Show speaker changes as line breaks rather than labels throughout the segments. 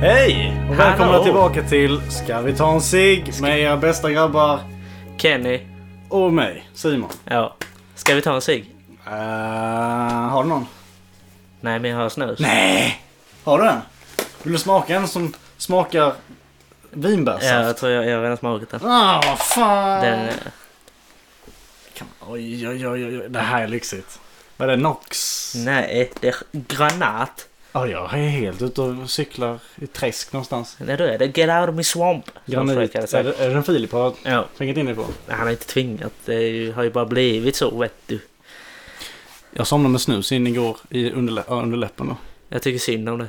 Hej! Och välkomna
Hallå.
tillbaka till Ska vi ta en cigg med era bästa grabbar
Kenny.
och mig, Simon.
Ja. Ska vi ta en cigg?
Eh, har du någon?
Nej, men jag har snus.
Nej! Har du en? Vill du smaka en som smakar
Ja,
vinbärssaft?
jag tror jag, jag har redan smakat den.
Ah, vad fan!
den eh,
Kan- Oj, oj, oj, oj, oj. Det här är lyxigt. Vad är det? Nox?
nej, det är granat.
Ja, jag är helt ute och cyklar i träsk någonstans.
Nej, då är det Get out of my swamp. som
Granit.
fröken hade
Är
sagt.
det, är det en Filip har
Ja,
trängt in dig på?
han har inte tvingat. Det är ju, har ju bara blivit så, vet du.
Jag somnade med snus in igår i underlä- ja, under läppen då.
Jag tycker synd om det.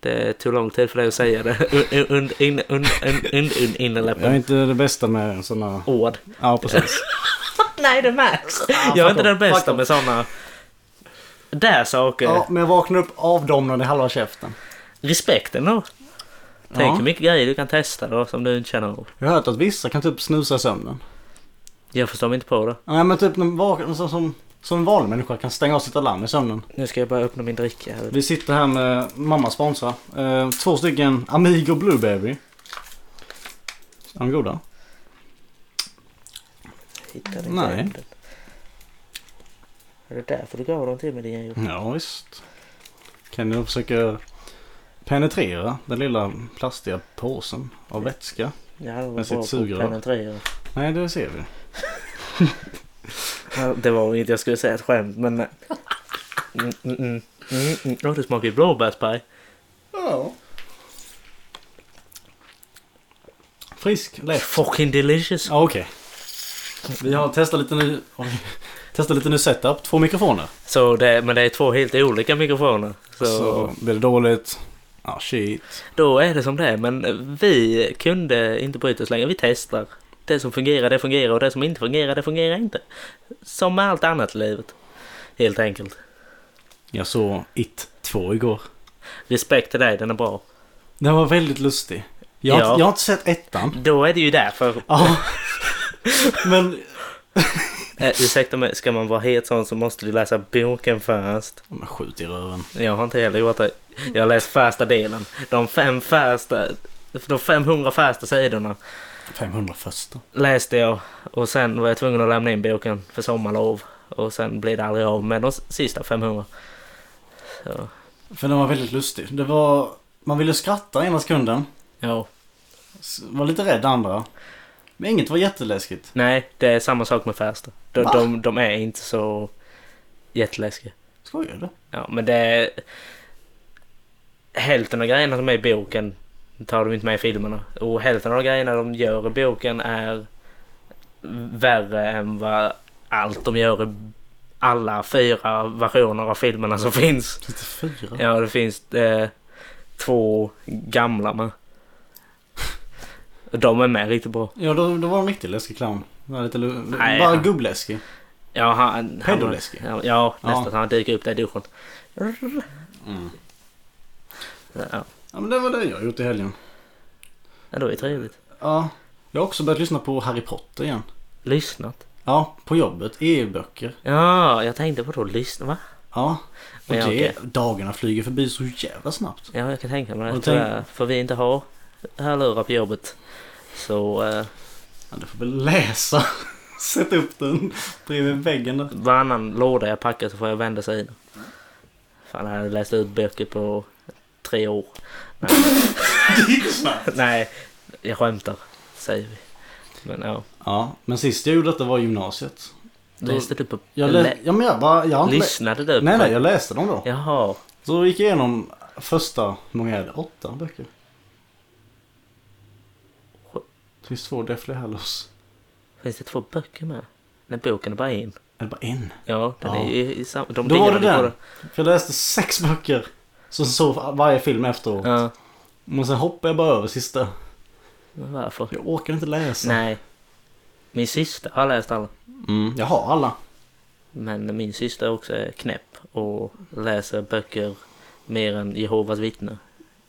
Det tog lång tid för dig att säga det. Un- un- in- un- un- un- un-
Jag är
Innerläppen.
inte det bästa med sådana...
Ord.
Ja, precis.
Nej, det märks. Jag är inte den bästa med sådana... Där saker.
Ja, men jag vaknade upp avdomnad i halva käften.
Respekten då. Tänk
Ja.
hur mycket grejer du kan testa då som du inte känner av.
Jag har hört att vissa kan typ snusa i sömnen.
Jag förstår mig inte på det.
Nej, men typ de vaknar som, som, som en vanlig människa kan stänga av sitt alarm i sömnen.
Nu ska jag bara öppna min dricka här.
Vi sitter här med mamma sponsrar. Eh, två stycken Amigo Blue Baby. Är de goda?
Hittade inte
Nej.
elden. Är det därför du gav dem till mig din idiot?
Ja, visst. Kan du försöka penetrera den lilla plastiga påsen av vätska?
Jag hade
Med
varit
sitt
bra på
sugrör.
att penetrera.
Nej, det ser vi.
Ja, Det var inte jag skulle säga ett skämt men... nej. Mm, mm, mm, mm, mm. Åh, det smakar ju blåbärspaj.
Ja. Frisk, lätt.
Fucking delicious.
Ja, okej. Vi har testat lite ny... oj. Testat lite ny setup. Två mikrofoner.
Så det, men det är två helt olika mikrofoner. Så,
Så blir det dåligt. Ja, shit.
då är det som det är. Men vi kunde inte bryta oss längre. Vi testar. Det som fungerar, det fungerar och det som inte fungerar, det fungerar inte. Som med allt annat i livet. Helt enkelt.
Jag såg It 2 igår.
Respekt till dig, den är bra.
Den var väldigt lustig. Jag har,
Ja.
inte- jag har inte sett ettan.
Då är det ju därför.
Ja. Men...
Eh, ursäkta mig, ska man vara helt sån så måste du läsa boken först.
Men skjut i röven.
Jag har inte heller gjort det. Jag har läst första delen. De fem första, de 500 första sidorna
500 första.
läste jag och sen var jag tvungen att lämna in boken för sommarlov. Och sen blev det aldrig av med de sista 500. Så,
För den var väldigt lustig. Det var... Man ville skratta ena sekunden.
ja.
s- Var lite rädd andra. Men inget var jätteläskigt.
Nej, det är samma sak med första. De,
Va?
de, de är inte så jätteläskiga.
Skojar du?
Ja, men det är... Hälften av grejerna som är i boken tar de inte med i filmerna. Och hälften av grejerna de gör i boken är värre än vad allt de gör i alla fyra versioner av filmerna som finns.
34?
Ja, det finns eh, två gamla med. De är med riktigt bra.
Ja, då, då var en riktigt läskig clown. Den var Lite, lu-
Nej,
bara
ja.
gubbläskig.
Ja, han... han-
Pedoläskig.
Ja, ja, nästan.
Ja.
Han dyker upp där i duschen. Ja,
Ja, men det var det jag gjort i helgen.
det var ju trevligt.
Ja. Jag har också börjat lyssna på Harry Potter igen.
Lyssnat.
Ja, på jobbet. EU-böcker.
Ja, jag tänkte på då lyssna, va?
Ja. Och
Ja,
det,
okej.
dagarna flyger förbi så jävla snabbt.
Ja, jag kan tänka mig det.
Och tänk-
Tyvärr, för vi inte har hörlurar på jobbet. Så eh,
Ja, du får väl läsa. Sätt upp den bredvid väggen där.
varannan låda jag packar så får jag vända sig i den. Fan, jag hade läst ut böcker på tre år. Nej, Nej jag skämtar, säger vi. Men ja,
Ja, men sist jag gjorde detta var i gymnasiet. Då-
läste du på...
Jag lä-
lä-
ja, men jag bara... Jag har inte lä-
lyssnade du på...
nej, nej, jag läste dem då.
Jaha.
Så gick jag igenom första, hur många är det? Åtta böcker. Det finns två Deathly Hallows.
Finns det två böcker med? Nej, boken är bara en.
Eller bara en.
Ja, den
Ja.
är ju i, i sam- de
Då var det
delade på
den. För jag läste sex böcker. Som såg varje film efteråt.
Ja,
Men sen hoppade jag bara över sista.
men varför?
Jag orkar inte läsa.
Nej. Min syster har läst alla.
Mm, jag har alla.
Men min syster också är knäpp och läser böcker mer än Jehovas vittnen.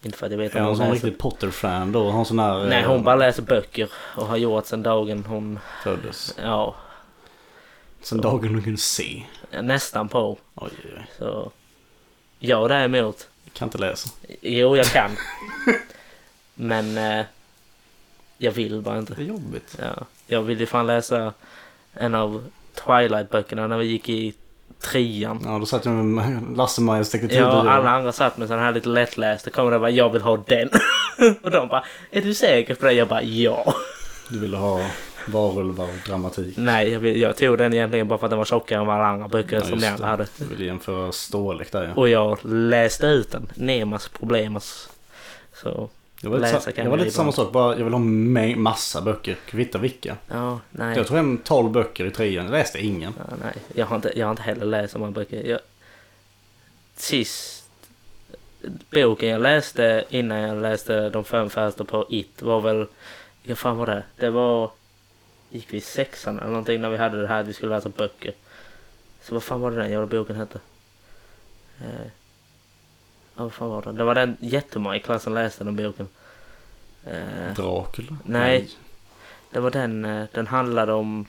Inte för att jag vet
Jag
om
är en
hon
sån
läser.
riktig Potter-fan då. Har en sån här...
Nej,
eh,
hon bara läser böcker och har gjort sedan dagen hon...
Föddes.
Ja,
Sen dagen hon kunde se.
nästan på.
Oj, oj, oj.
Så... Jag däremot.
Jag kan inte läsa.
Jo, jag kan. Men eh, jag vill bara inte.
Det är jobbigt.
Ja, jag ville fan läsa en av Twilight-böckerna när vi gick i trean.
Ja, då satt jag med Lasse-Majas detektiv.
Ja, alla andra satt med sån här lite lättläst. Då kom det bara, jag vill ha den. och de bara, är du säker på det? Jag bara, ja.
Du ville ha varulvar och dramatik.
Nej, jag, vill, jag tog den egentligen bara för att den var tjockare än vad alla andra böcker
Ja,
som
just
ni andra
det.
hade.
Du ville jämföra storlek där ja.
Och jag läste ut den. Nemas problemas. Så,
Det var lite,
läsa
sa-
kan
det var
jag
lite
ibland.
samma sak, bara jag vill ha ma- massa böcker. Kvitta vilka.
ja, nej.
Jag tog hem 12 böcker i trean, läste ingen.
Ja, nej, jag har, inte, jag har inte heller läst de här böckerna. Jag... Sist boken jag läste innan jag läste de fem första på It var väl... Ja, fan var det? Det var... Gick vi i sexan eller någonting när vi hade det här att vi skulle läsa böcker. Så vad fan var det den jävla boken hette? Eh, ja, vad fan var det? Det var den jättemånga i klassen läste den boken. Eh,
Dracula?
Nej. det var den, eh, den handlade om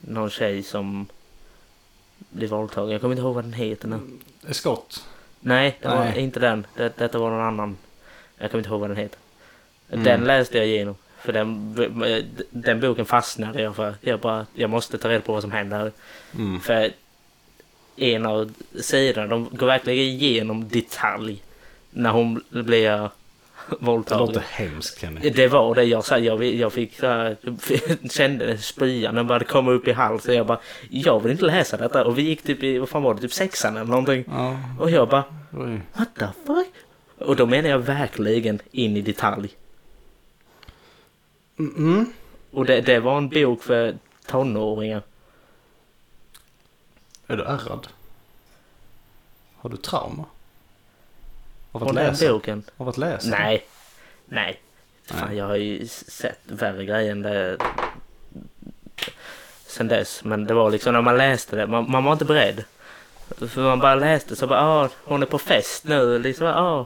någon tjej som blev våldtagen. Jag kommer inte ihåg vad den heter nu.
Nej. Skott?
Nej, det var
Mm. Nej.
inte den. Det, detta var någon annan. Jag kommer inte ihåg vad den heter.
Mm.
Den läste jag igenom. För den, den boken fastnade jag för. Jag bara, jag måste ta reda på vad som händer. här.
Mm.
För en av sidorna, de går verkligen igenom detalj. När hon blir
Det låter
våldtagen.
hemskt Kenny.
Det var det jag sa. Jag, vi- jag fick så här, kände spyan. Den började komma upp i halsen. Jag bara, jag vill inte läsa detta. Och vi gick typ i, vad fan var det, typ sexan eller någonting.
Ja,
Och jag bara,
oj.
what the fuck? Och då menar jag verkligen in i detalj.
Mm, mm.
Och det, det var en bok för tonåringar.
Är du ärrad? Har du trauma? Av att
Och den
läsa?
boken.
Av att läsa?
Nej. Nej. Fan,
Nej.
jag har ju sett värre grejer än det sen dess. Men det var liksom när man läste det, man, man var inte beredd. För man bara läste så bara, ah, hon är på fest nu, liksom, ah.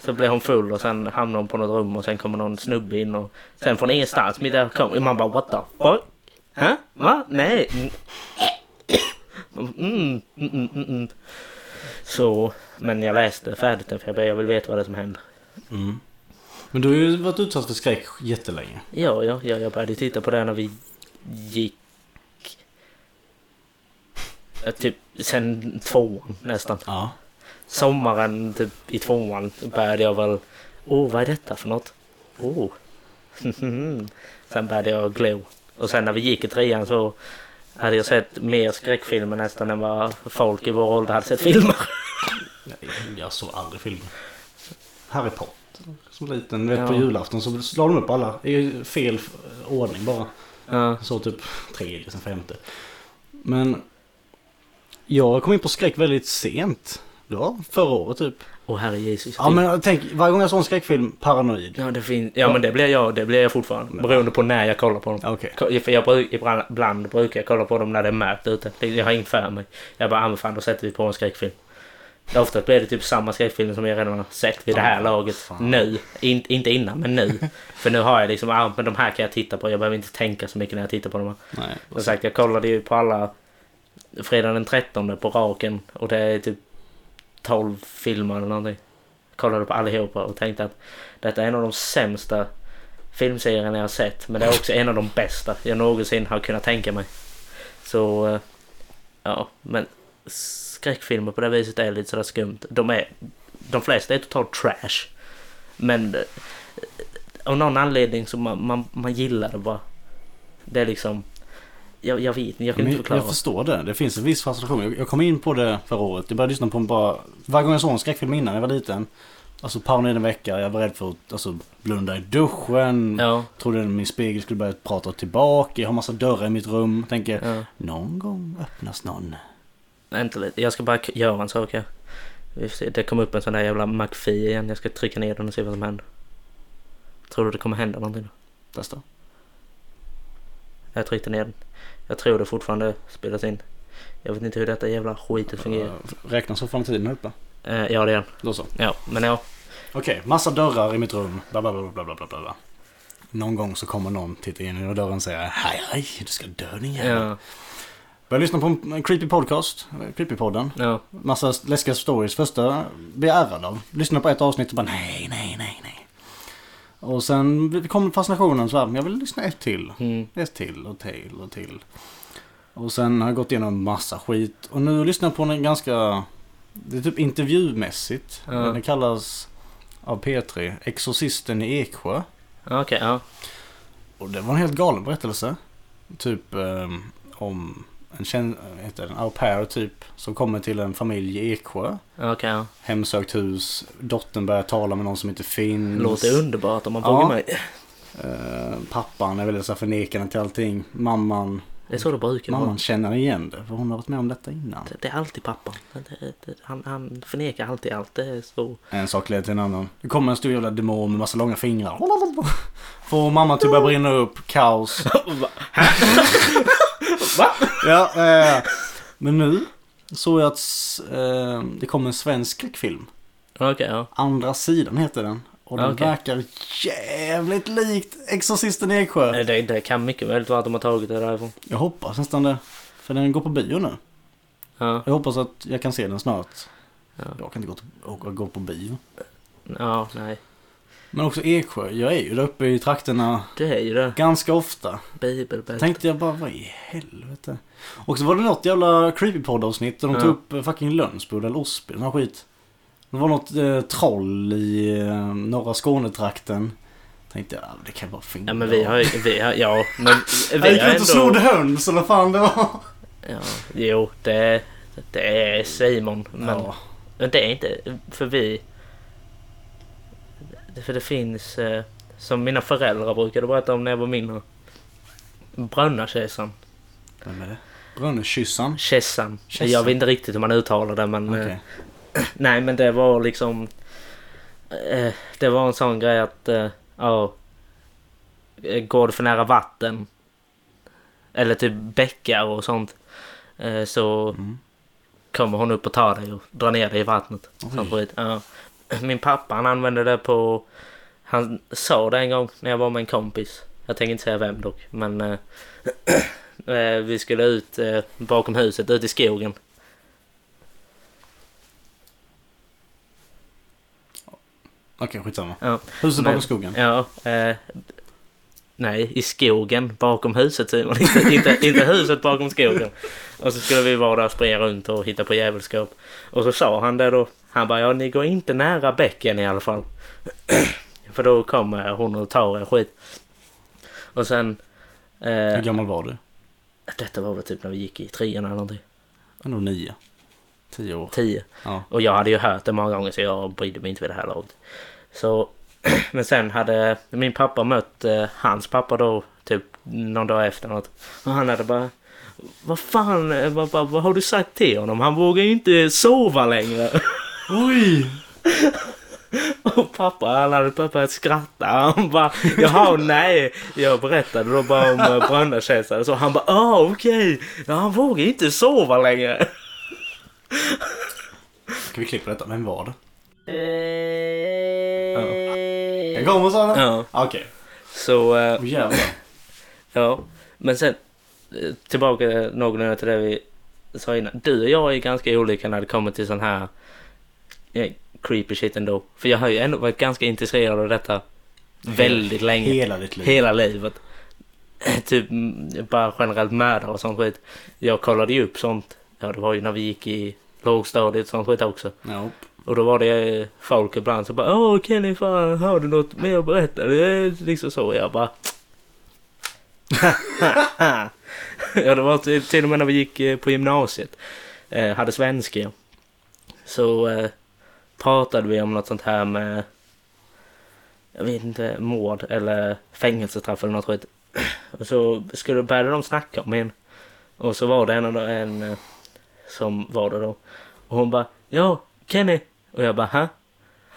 Så blev hon full och sen hamnade hon på något rum och sen kommer någon snubbe in och sen från ingenstans mitt där kom, man bara what the fuck? Hä? Va? Nej? Mm, mm, mm, mm, mm. Så, men jag läste färdigt den för jag, bara, jag vill veta vad det är som händer.
Mm. Men du har ju varit utsatt för skräck jättelänge.
Ja, ja, ja, jag började titta på det när vi gick... Ja, Typ sen tvåan nästan.
Ja.
Sommaren typ i tvåan började jag väl... Åh, vad är detta för något? Åh. sen började jag glo. Och sen när vi gick i trean så hade jag sett mer skräckfilmer nästan än vad folk i vår ålder hade sett filmer.
Nej, jag såg aldrig filmen. Harry Potter. Som liten, du vet
Ja.
på julafton så slår de upp alla i fel ordning bara.
Ja,
Så typ tredje, sen femte. Men jag kom in på skräck väldigt sent. Det var förra året typ.
och herre Jesus.
Ja men tänk, varje gång jag såg en skräckfilm, paranoid.
ja, det fin- ja, men det blir jag, det blir jag fortfarande. Beroende på när jag kollar på dem.
Okej.
Ko- För jag bruk, ibland, ibland brukar jag kolla på dem när det är mörkt ute. Det- Jag har inget för mig. Jag bara, ah, men fan då sätter vi på en skräckfilm. Ofta blir det typ samma skräckfilm som jag redan har sett vid det här
Ah,
laget.
fan.
Nu. In, inte innan, men nu. för nu har jag liksom, ah, men de här kan jag titta på. Jag behöver inte tänka så mycket när jag tittar på dem. här.
Nej.
Som sagt, jag kollade ju på alla fredag den 13 på raken och det är typ 12 filmer eller någonting. Jag kollade på allihopa och tänkte att detta är en av de sämsta filmserierna jag har sett men det är också en av de bästa jag någonsin har kunnat tänka mig. Så eh, ja, men skräckfilmer på det viset är lite sådär skumt. De, är, de flesta är totalt trash. Men eh, av någon anledning så man, man, man gillar det bara. Det är liksom... Jag, jag vet inte, jag kan
Men
inte
jag,
förklara.
jag förstår det. Det finns en viss frustration. Jag, jag kom in på det förra året. Jag började lyssna på en bara... Varje gång jag såg en skräckfilm innan jag var liten. Alltså paranoid en vecka. Jag var rädd för att alltså, blunda i duschen.
Ja,
Trodde att min spegel skulle börja prata tillbaka. Jag har massa dörrar i mitt rum. Tänker
ja.
någon gång öppnas någon.
Vänta lite, jag ska bara k- göra en sak här. Vi får se, Det kom upp en sån där jävla McFee igen. Jag ska trycka ner den och se vad som händer. Tror du det kommer hända någonting? då?
Testa.
Jag tryckte ner den. Jag tror det fortfarande spelas in. Jag vet inte hur detta jävla skitet fungerar.
Uh, räknas fortfarande tiden uppe?
Eh, ja, det gör den.
Då så.
Ja, men ja.
Okej, massa dörrar i mitt rum. Bla, bla, bla, bla, bla, bla, bla. Någon gång så kommer någon, titta in genom dörren och säger Hej, hej, du ska dö din jävel.
Ja,
Börjar lyssna på en en creepy podcast, eh, Creepypodden.
ja.
Massa läskiga stories. Första blir jag ärrad av. Lyssnar på ett avsnitt och bara nej, nej, nej, nej. Och sen kom fascinationen så här, jag vill lyssna ett till.
Mm.
Ett till och till och till. Och sen har jag gått igenom massa skit. Och nu lyssnar jag på en ganska... Det är typ intervjumässigt.
Ja.
Den kallas av P3 Exorcisten i Eksjö.
Okej, ja.
Och det var en helt galen berättelse. Typ eh, om en, tjän- heter det, en au pair typ som kommer till en familj i Eksjö.
Okej, ja.
Hemsökt hus. Dottern börjar tala med någon som inte finns.
Låter underbart om man
Ja.
frågar mig.
Eh, pappan är väldigt så här förnekande till allting. Mamman,
Det är så det brukar vara.
mamman känner igen det för hon har varit med om detta innan.
Det- Det är alltid pappan. Det- det- det- Han, han förnekar alltid allt. Det är så.
En sak leder till en annan. Det kommer en stor jävla demon med massa långa fingrar. Får mamman typ börja brinna upp, kaos.
Va?
Ja, ja, ja. Men nu såg jag att eh, det kom en svensk skräckfilm.
Okej, ja.
Andra sidan heter den. Och den
Ah, Okej.
verkar jävligt likt Exorcisten i Eksjö.
Eh, Det, det kan mycket väl vara att de har tagit det därifrån.
Jag hoppas nästan det. För den går på bio nu.
Ja,
Jag hoppas att jag kan se den snart.
Ja.
Jag kan inte gå, till, åka- gå på bio.
ja nej.
Men också Eksjö. Jag är ju där uppe i trakterna
Det är ju det.
ganska ofta.
Bibelbältet.
Tänkte jag bara, vad i helvete. Och så var det något jävla creepypodd-avsnitt där de
Ja.
tog upp eh, fucking Lönsbod eller Osby, sån här skit. Det var något eh, troll i eh, norra Skånetrakten. Tänkte jag, ah, det kan vara fint.
Ja, men vi har ju... Vi har, ja, men vi
Jag gick
har
runt och snodde
ändå...
höns eller vad fan det var.
Ja, jo, det, det är Simon. Men
Ja.
Men det är inte, för vi... För det finns, eh, som mina föräldrar brukade berätta om när jag var mindre. Brönnakärsan.
Vem är det? Brönnekyssan?
Kärsan.
Kärsan.
Jag vet inte riktigt hur man uttalar det men...
Okej.
Eh, nej men det var liksom... Eh, det var en sån grej att... Eh, ja, eh, går du för nära vatten. Eller typ bäckar och sånt. Eh, så
Mm.
kommer hon upp och tar dig och drar ner dig i vattnet. Som
Oj.
skit. Ja. Min pappa han använde det på... Han sa det en gång när jag var med en kompis. Jag tänker inte säga vem dock. Men eh, eh, vi skulle ut eh, bakom huset, ut i skogen.
Okej, skitsamma.
Ja.
Huset
Men-
bakom skogen.
Ja, eh, nej, i skogen bakom huset Simon. Inte, inte, inte huset bakom skogen. Och så skulle vi vara där och springa runt och hitta på djävulskap. Och så sa han det då. Han bara, ja ni går inte nära bäcken i alla fall. För då kommer hon och tar er skit. Och sen... Eh,
Hur gammal var du?
detta var väl typ när vi gick i trean eller någonting.
Ändå nio. Tio år.
Tio.
Ja.
Och jag hade ju hört det många gånger så jag brydde mig inte vid det här laget. Så, men sen hade min pappa mött eh, hans pappa då typ någon dag efter något. Och han hade bara vad fan, eh, vad, vad, vad har du sagt till honom? Han vågar ju inte sova längre.
Oj!
Och pappa, han hade bara börjat skratta. Han bara, jaha nej. Jag berättade då bara om eh, brönnakärsan. Så han bara, ah okej. Ja, han vågar ju inte sova längre.
Ska vi klippa detta? Vem var det? Jag
Eh. Ja.
kommer Sara!
Ja,
Okej.
så... eh,
Åh jävlar.
Ja, men sen eh, tillbaka någorlunda till det vi sa innan. Du och jag är ganska olika när det kommer till sån här eh, creepy shit ändå. För jag har ju ändå varit ganska intresserad av detta väldigt länge.
Hela ditt liv.
Hela livet. Typ mm, bara generellt mördare och sånt skit. Jag kollade ju upp sånt. Ja, det var ju när vi gick i lågstadiet och sånt skit också.
Nope.
Och då var det eh, folk ibland som bara Åh Kenny fan har du något mer att berätta? Det är liksom så jag bara Ja det var till, till och med när vi gick eh, på gymnasiet eh, Hade svenska Så eh, pratade vi om något sånt här med Jag vet inte mord eller fängelsestraff eller något skit Och så skulle, började de snacka om en Och så var det en, av de- en eh, som var det då och hon bara Ja, Kenny. Och jag bara Hä?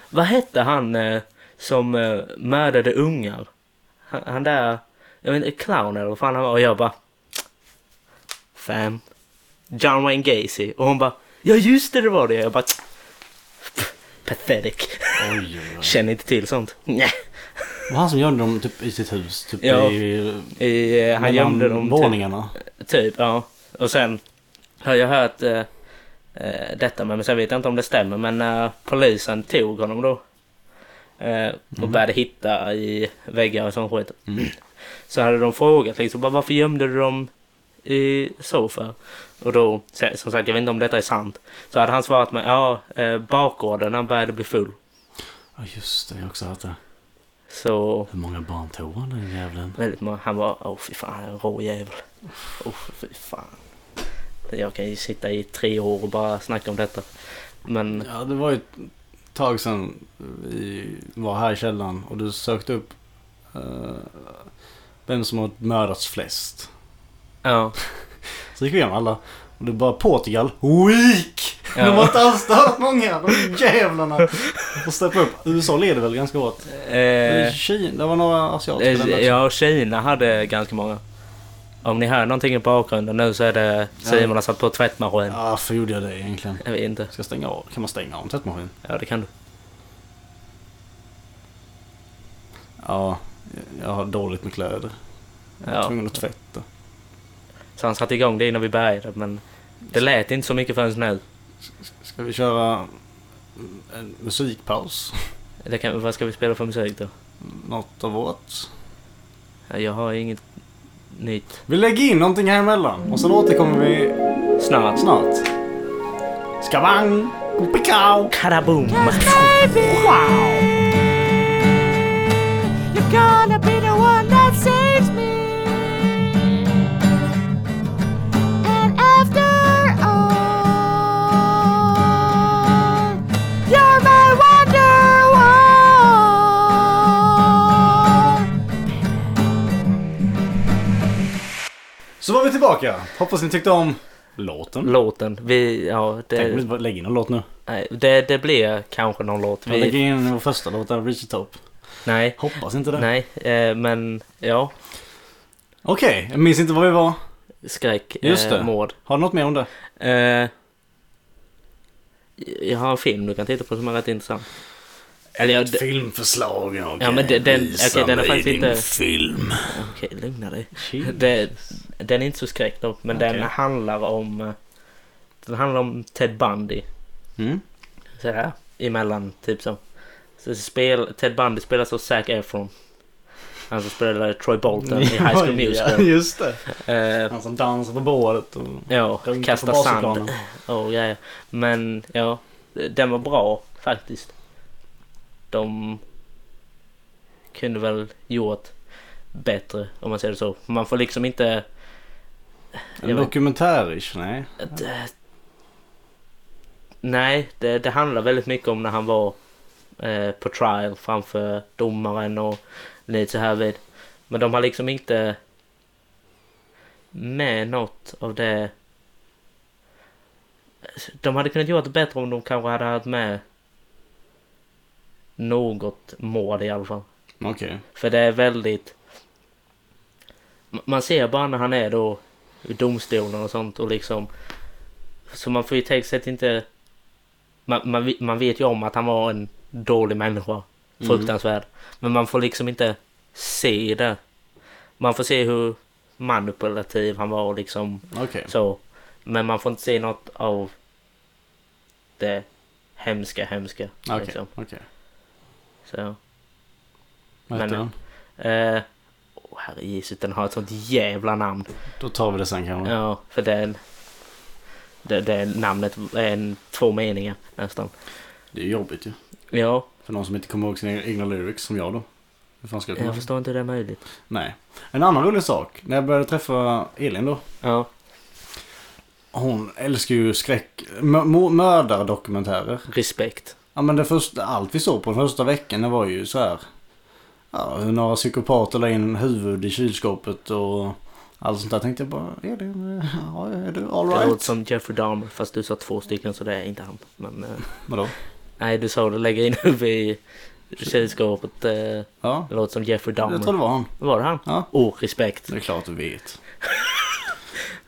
Vad hette han eh, som eh, mördade ungar? Han, han där, jag vet inte, clown eller vad fan han var. Och jag bara Fan. John Wayne Gacy. Och hon bara Ja just det, det var det. Jag bara Pathetic.
Oj, oj, oj.
Känner inte till sånt. Nej.
Var han som gömde dem typ i sitt hus? Typ
Ja.
i...
I, eh, han
mellan
gömde dem till-
Våningarna?
Typ, ja. Och sen har jag hört eh, eh, detta med, men sen vet jag inte om det stämmer, men när polisen tog honom då eh, och
Mm.
började hitta i väggar och sån skit.
Mm.
Så hade de frågat liksom, bara, varför gömde du dem i så för? Och då, se- som sagt, jag vet inte om detta är sant. Så hade han svarat med, ja, eh, bakgården, han började bli full.
Ja just det, jag har också hört det.
Så
Hur många barn tog han den jävlen?
väldigt många, han var, åh fy fan, en rå jävel. Åh fy fan. Jag kan ju sitta i tre år och bara snacka om detta. Men
Ja det var ju ett tag sedan vi var här i källaren och du sökte upp eh, vem som har mördats flest.
ja.
Så gick vi igenom alla. Och det var Portugal. Weak!
Ja.
De har inte alls stört många, de jävlarna. Och steppa upp. USA leder väl ganska hårt.
Eh,
Men Kina, det var några asiatiska
eh,
länder också.
ja, Kina hade ganska många. Om ni hör någonting i bakgrunden nu så är det Simon har satt på tvättmaskin.
Ja, varför gjorde jag det egentligen?
Jag vet inte.
Ska jag stänga av? Kan man stänga av en tvättmaskin?
Ja, det kan du.
Ja, jag har dåligt med kläder. Jag är
Ja.
tvungen att tvätta.
Så han satte igång det innan vi började, men det lät inte så mycket förrän nu.
Ska vi köra en musikpaus?
Det kan, vad ska vi spela för musik då?
Något av vårt?
Ja, Jag har inget nytt.
Vi lägger in någonting här emellan och sen återkommer vi
Snart.
snart. Skabang! Pikao!
Karaboom!
Wow!
You're gonna be the one that saves me. And after all, you're my wonder woman.
Så var vi tillbaka. Hoppas ni tyckte om låten.
Låten. Vi, ja,
Tänk om vi
det,
inte bara lägger in någon låt nu.
nej, det, det blir kanske någon låt.
Vi lägger
Vi,
in vår första låt, där, Reach the Top.
nej,
Hoppas inte det.
nej, eh, men ja.
Okej, jag minns inte var vi var.
Skräck,
Just det.
eh, mord.
Har du något mer om det?
Eh, jag har en film du kan titta på som är rätt intressant. Eller jag... d-
Filmförslag, okej.
Ja, men det- den-
Visa
okej, den är
mig
faktiskt
din
inte-
film.
Okej, lugna dig. Det, den är inte så skräck då, men den
Okej.
handlar om... eh, Den handlar om Ted Bundy.
Mm.
Så här, emellan, typ så. så spel, Ted Bundy spelas av Zac Efron. Han som spelade Troy Bolton i High School
Ja,
Musical.
just det.
Eh,
Han som dansar på båret och...
ja,
sjunger på
kasta
basplanen.
sand och grejer. Men ja, den var bra faktiskt. De kunde väl gjort bättre om man säger det så. Man får liksom inte...
En dokumentärish, nej.
Det, nej, det, det handlar väldigt mycket om när han var eh, på trial framför domaren och lite så här vid. Men de har liksom inte med något av det. De hade kunnat göra det bättre om de kanske hade haft med något mål i alla fall.
Okej.
För det är väldigt... M- Man ser bara när han är då i domstolen och sånt och liksom... Så man får ju tänka sig att inte... Man, man, vi- man vet ju om att han var en dålig människa. Fruktansvärd. Men man får liksom inte se det. Man får se hur manipulativ han var och liksom
Okej.
så. Men man får inte se något av det hemska, hemska.
Okej.
Liksom.
Okej.
Så.
Vad
Men-
heter den?
Eh, åh, herre Jesus, den har ett sånt jävla namn.
Då tar vi det sen kanske.
Ja, för den... Det, det namnet är en, två meningar nästan.
Det är jobbigt ju.
Ja,
För någon som inte kommer ihåg sina egna lyrics, som jag då. Hur fan ska jag komma
jag
ihåg?
förstår inte hur det är möjligt.
Nej. En annan rolig sak. När jag började träffa Elin då.
Ja,
Hon älskar ju skräck... mö- mö- Mördardokumentärer.
respekt.
Ja men det första, allt vi såg på den första veckan det var ju så här. Ja, hur några psykopater la in huvud i kylskåpet och allt sånt där. Tänkte jag bara, är det, ja, är du
Det låter
alright?
som Jeffrey Dahmer fast du sa två stycken så det är inte han. Men eh,
Vadå?
nej, du sa det, lägga in huvudet i kylskåpet. Eh,
Ja,
det låter som Jeffrey
jag tror
Dahmer.
det var han.
Var det han?
Ja,
Åh, respekt.
det är klart du vet.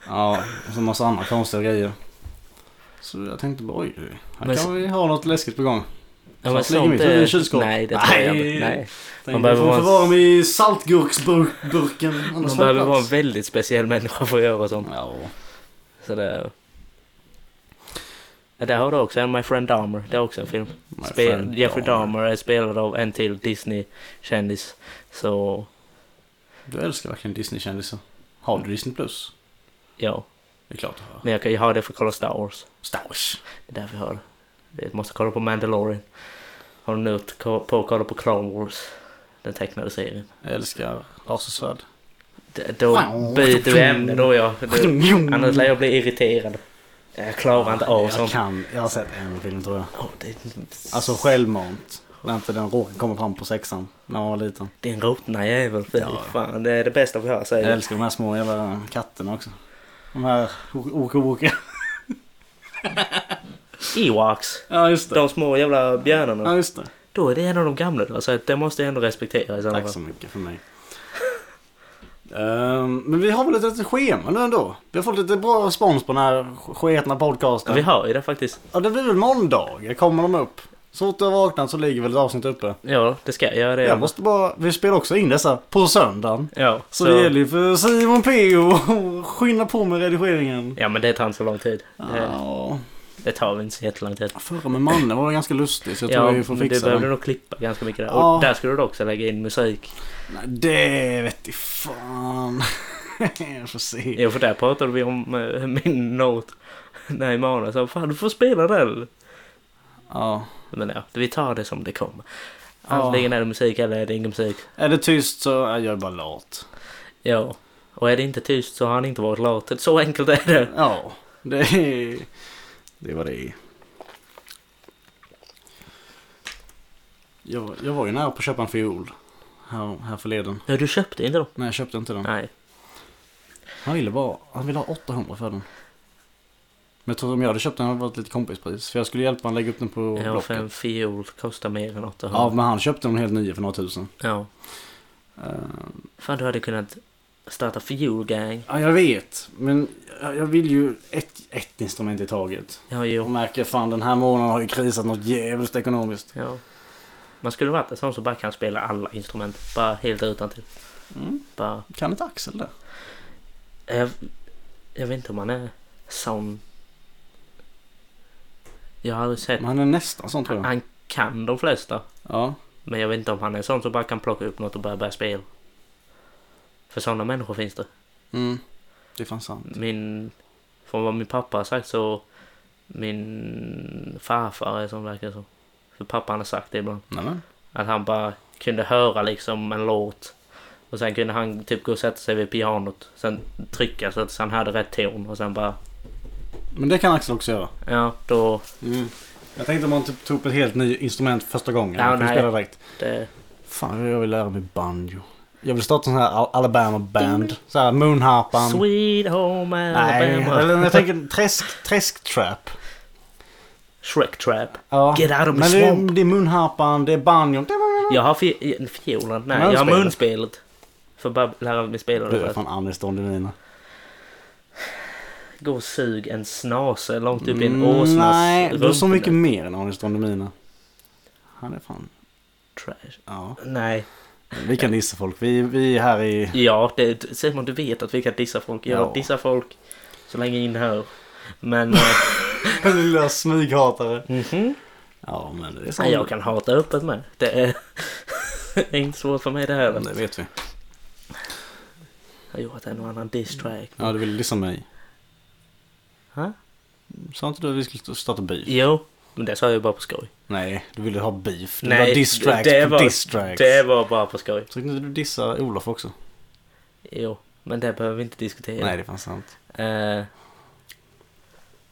Ja, och så massa andra konstiga grejer. Så jag tänkte bara, oj, här
Men
kan
så-
vi ha något läskigt på gång.
Ja,
Fast lägger mitt huvud i kylskåpet.
Nej, det tror jag
Nej.
inte. Nej.
Tänkte,
behöver
behöver får
vara en-
förvara dem i saltgurksburken. annars
Man
får jag
behöver vara en
plats.
väldigt speciell människa för att göra sånt.
Ja.
Så det, Ja, Där har du också en My Friend Dahmer. Det är också en film.
My
Spel,
friend
Jeffrey
Dahmer.
Dahmer är spelad av en till Disney-kändis. Så
Du älskar verkligen Disney-kändisar. Har du Disney Plus?
ja,
Det är klart du har.
men jag kan ju ha det för att kolla Star Wars.
Star Wars.
Det är därför jag har det. Vi måste kolla på Mandalorian. Har du nu på att kolla på Clone Wars? Den tecknade serien.
Jag älskar Lasersvärd.
D- Då byter vi ämne då jag. Du, annars lär jag bli irriterad. Jag klarar inte av
Jag
sånt.
kan. Jag har sett en film tror jag.
Åh, det är-
Alltså självmant. När inte den råkade komma fram på sexan. När man var liten.
Din rotna jävel. Fy
Ja.
fan, det är det bästa vi har
Jag
säger jag.
älskar de här små jävla katterna också. De här Oka-Oka.
Ewoks.
Ja just det.
De små jävla björnarna.
Ja just det.
Då är det en av de gamla då, så att det måste jag ändå respektera i sådana
Tack så
fall.
mycket för mig. Ehm, men vi har väl ett litet schema nu ändå. Vi har fått lite bra respons på den här sketna podcasten.
Vi har ju det faktiskt.
Ja det blir väl måndagar kommer de upp. Så fort du har vaknat så ligger väl ett avsnitt uppe.
Ja, det ska jag göra det.
Jag måste bara, vi spelar också in dessa på söndagen.
Ja,
Så, det gäller ju för Simon P och skynda på med redigeringen.
Ja, men det tar inte så lång tid. Det,
Ja.
det tar väl inte så jättelång tid.
Förra med mannen var ganska lustig så jag tror vi får
men du
fixa
behöver
den.
nog klippa ganska mycket där.
Ja.
Och där skulle du också lägga in musik.
Nej, det vet i fan. jag får se.
Jo, för där pratade vi om eh, min not. När Emanuel sa fan du får spela den.
Ja.
Men ja, vi tar det som det kommer.
Ja.
Antingen är det musik eller är det ingen musik.
Är det tyst så är jag bara lat.
Ja. Och är det inte tyst så har han inte varit lat. Så enkelt är det.
Ja, det är... Det var det är. Jag, jag var ju nära på att köpa en fiol. Här, här förleden.
Ja, du köpte inte dem.
Nej, jag köpte inte den.
Nej.
Han ville bara... Han ville ha 800 för den. Men jag tror om jag hade köpt den hade det varit lite kompispris. För jag skulle hjälpa honom lägga upp den på
Ja, för
Blocket.
en fiol kostar mer än 800.
Ja, men han köpte den helt ny för några tusen.
Ja.
Eh,
Fan, du hade kunnat starta fiol gang.
Ja, jag vet. Men jag jag vill ju ett, ett instrument i taget.
Ja,
Jag
jo.
märker fan den här månaden har ju krisat något jävligt ekonomiskt.
Ja. Man skulle varit en sån som bara kan spela alla instrument. Bara helt utan till.
Mm.
Bara...
Kan inte Axel det?
Jag, jag vet inte om han är sån. Jag har aldrig sett.
Men han är nästan sån tror jag.
Han kan de flesta.
Ja.
Men jag vet inte om han är sån som bara kan plocka upp något och börja börja spela. För sådana människor finns det.
Mm. Det är fan sant.
Min... Från vad min pappa har sagt så... Min farfar är som verkar så. För pappa han har sagt det ibland.
Nej, men.
Att han bara kunde höra liksom en låt. Och sen kunde han typ gå och sätta sig vid pianot. Sen trycka så att han hade rätt ton. Och sen bara...
men det kan Axel också göra.
Ja, då...
Mm. Jag tänkte om man typ tog upp ett helt nytt instrument första gången.
Ja,
Ja,
nej.
spela direkt.
Det,
Fan, jag vill lära mig banjo. Jag vill starta en sån här Al- Alabama band. Så här Moonharpan.
Sweet Home
Nej,
Alabama.
eller jag tänker träsk, träsk trap.
Shrek Trap.
Ja.
Get out of my
Men det är,
swamp.
det är Moonharpan, det är banjon.
Jag har fi- fiolen. Nej, jag har
Munspelet.
munspelet. För att bara lära mig spela
Du är
det.
fan Anis Don Demina.
Gå och sug en snase långt upp Typ i en
Mm,
åsnas
Nej, du är så
rumpa.
mycket mer än Anis Don Demina. Han är fan...
Trash.
Ja.
Nej.
Vi kan dissa folk. Vi, vi är här i...
Ja, det, Simon du vet att vi kan dissa folk. Jag
Ja.
dissar folk så länge ingen hör. Men eh,
Lilla smyghatare.
mhm.
Ja, men det är sant.
Nej, jag kan hata öppet med. Det är, det är inte svårt för mig det
Ja,
här.
Det vet vi.
Jag har gjort en och annan diss-track.
Ja, du ville dissa mig.
Ha?
Sa inte du att vi skulle starta beef?
Jo, men det sa jag bara på skoj.
Nej, du ville ha beef. Du
Nej,
ville ha diss tracks
det
på
var-
diss tracks.
Det var bara på skoj.
Tyckte inte du dissa Olof också?
Jo, men det behöver vi inte diskutera.
Nej, det är fan sant.
Eh,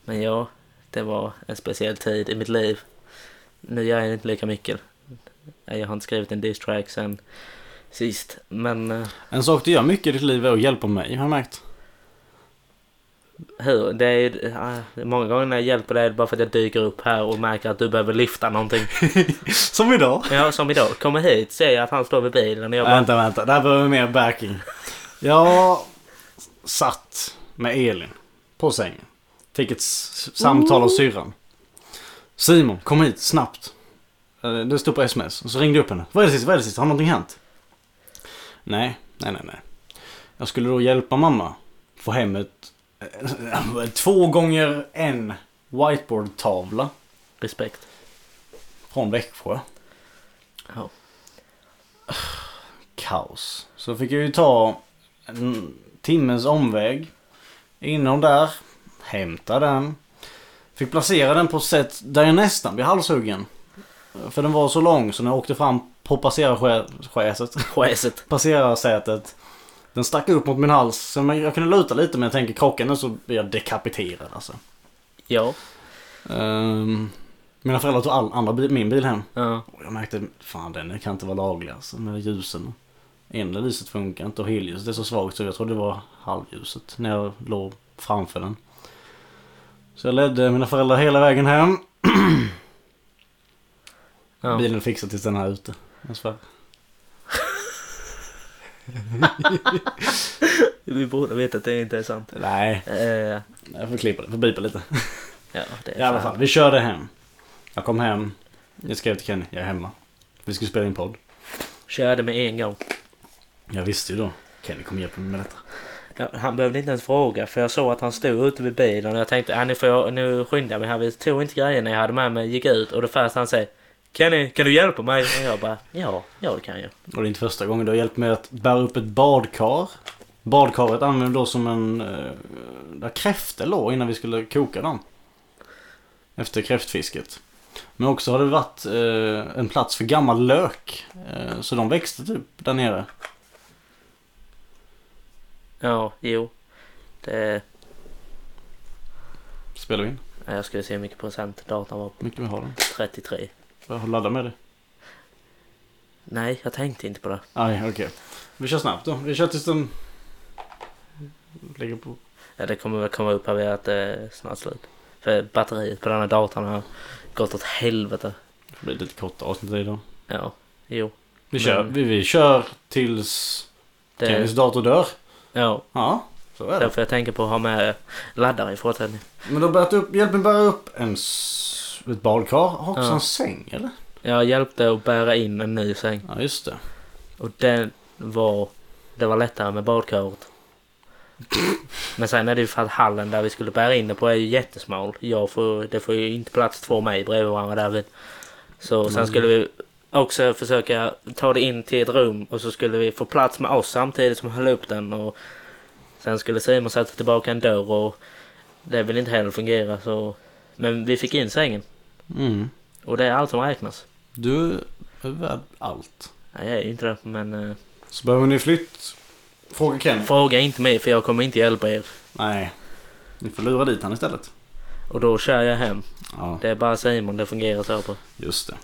men ja, det var en speciell tid i mitt liv. Nu gör jag inte lika mycket. Nej, Jag har inte skrivit en diss-track sen sist. Men eh,
En sak du gör mycket i ditt liv är att hjälpa mig, har jag märkt.
hur? Det är ju- ah, många gånger när jag hjälper dig är det bara för att jag dyker upp här och märker att du behöver lyfta någonting.
Som idag.
Ja, som idag. Kommer hit, ser jag att han står vid bilen och jag bara...
Vänta, vänta. Där behöver vi mer backing. Jag satt med Elin på sängen. Fick ett s- samtal av syrran. Simon, kom hit snabbt. Eh, Det stod på sms. Och så ringde jag upp henne. Vad är det sista? Vad är det sista? Har någonting hänt? Nej, nej, nej, nej. Jag skulle då hjälpa mamma få hem ett... eh, Två gånger en whiteboardtavla
Respekt.
från Växjö.
Ja.
Kaos. Så fick jag ju ta en timmens omväg inom där, hämta den. Fick placera den på ett sätt där jag nästan blev halshuggen. För den var så lång så när jag åkte fram på passerarsätet
Skäset.
passerarsätet. Den stack upp mot min hals. Så man- jag kunde luta lite men jag tänker krockar nu så blir jag dekapiterad alltså.
Ja.
Ehm, mina föräldrar tog all andra bil, min bil hem.
ja.
Och jag märkte, fan den kan inte vara laglig alltså med ljusen. Enda lyset funkar inte och helljuset är så svagt så jag trodde det var halvljuset när jag låg framför den. Så jag ledde mina föräldrar hela vägen hem.
ja.
Bilen fixade tills den är ute. Jag svär.
Vi borde veta att det inte är sant.
Nej,
Eh,
jag får klippa det, får bipa lite.
ja, det är
I alla
fan-
fall, vi körde hem. Jag kom hem. Jag skrev till Kenny, jag är hemma. Vi skulle spela in podd.
Körde med en gång.
Jag visste ju då. Kenny kommer hjälpa mig med detta.
Ja, Han behövde inte ens fråga för jag såg att han stod ute vid bilen och jag tänkte "Ah, nu, får jag, nu skyndar jag mig här. Vi tog inte grejerna jag hade med mig gick ut och det första han säger Kenny, kan du hjälpa mig? Och jag bara ja, ja det kan jag.
Och det är inte första gången du har hjälpt mig att bära upp ett badkar. Badkaret använde då som en... eh, Där kräftor låg innan vi skulle koka dem. Efter kräftfisket. Men också har det varit eh, en plats för gammal lök. Eh, Så de växte typ där nere.
Ja, jo. Det,
Spelar vi in?
ja, jag skulle se hur mycket procent datorn var.
Hur mycket vi har den?
33.
Jag har laddat med det.
Nej, jag tänkte inte på det.
Aj, okej. Vi kör snabbt då. Vi kör tills den... Ligger på...
Ja, det kommer väl komma upp här vid att det är snart slut. För batteriet på den här datorn har gått åt helvete.
Det blir lite korta avsnitt idag.
Ja, jo.
Vi kör,
Men-
vi, vi kör tills Kennys
Det,
dator dör.
ja,
Ja, så är det.
därför jag tänker på att ha med laddare i fortsättningen.
Men då börjat upp, hjälp mig bära upp en... s- Ett badkar. Har också
Ja.
en säng eller?
Jag hjälpte att bära in en ny säng.
Ja, just det.
Och den var... Det var lättare med badkaret. Men sen är det ju för att hallen där vi skulle bära in det på är ju jättesmal. Jag får, det får ju inte plats två mig bredvid varandra där vid. Så sen skulle vi också försöka ta det in till ett rum och så skulle vi få plats med oss samtidigt som höll upp den. Och sen skulle Simon sätta tillbaka en dörr och det vill inte heller fungera. Så. Men vi fick in sängen
Mm.
och det är allt som räknas.
Du är värd allt.
Nej, jag är ju inte det men eh,
Så behöver ni flytt. Fråga Kenny.
fråga inte mig för jag kommer inte hjälpa er.
Nej. Ni får lura dit han istället.
Och då kör jag hem.
Ja,
Det är bara Simon det fungerar så på.
just det.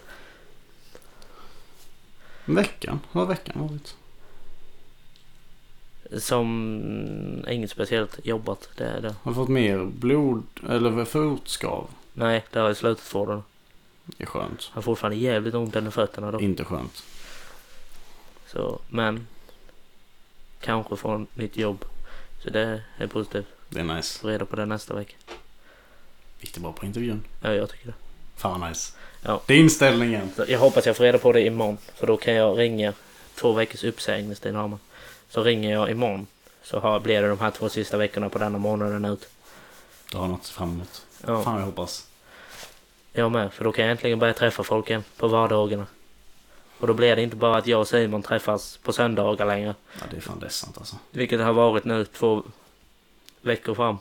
Veckan? Hur har veckan varit?
Som inget speciellt jobbat. Det är det.
Har du fått mer blod eller fotskav?
Nej, det har jag slutat få den.
Det är skönt.
Jag har fortfarande jävligt ont under fötterna då.
Inte skönt.
Så, men. Kanske få ett nytt jobb. Så det är positivt.
Det är nice.
Jag är redo på det nästa vecka.
Gick det bra på intervjun?
Ja, jag tycker det.
Fan vad nice.
Ja.
Det är inställningen.
Så jag hoppas jag får reda på det imorgon. För då kan jag ringa två veckors uppsägning med Stina Hammar. Så ringer jag imorgon. Så har, blir det de här två sista veckorna på denna månaden ut.
Du har något fram emot.
Ja,
Fan jag hoppas.
jag med. För då kan jag äntligen börja träffa folk igen på vardagarna. Och då blir det inte bara att jag och Simon träffas på söndagar längre.
Ja, det är fan ledsamt alltså.
Vilket har varit nu två veckor fram.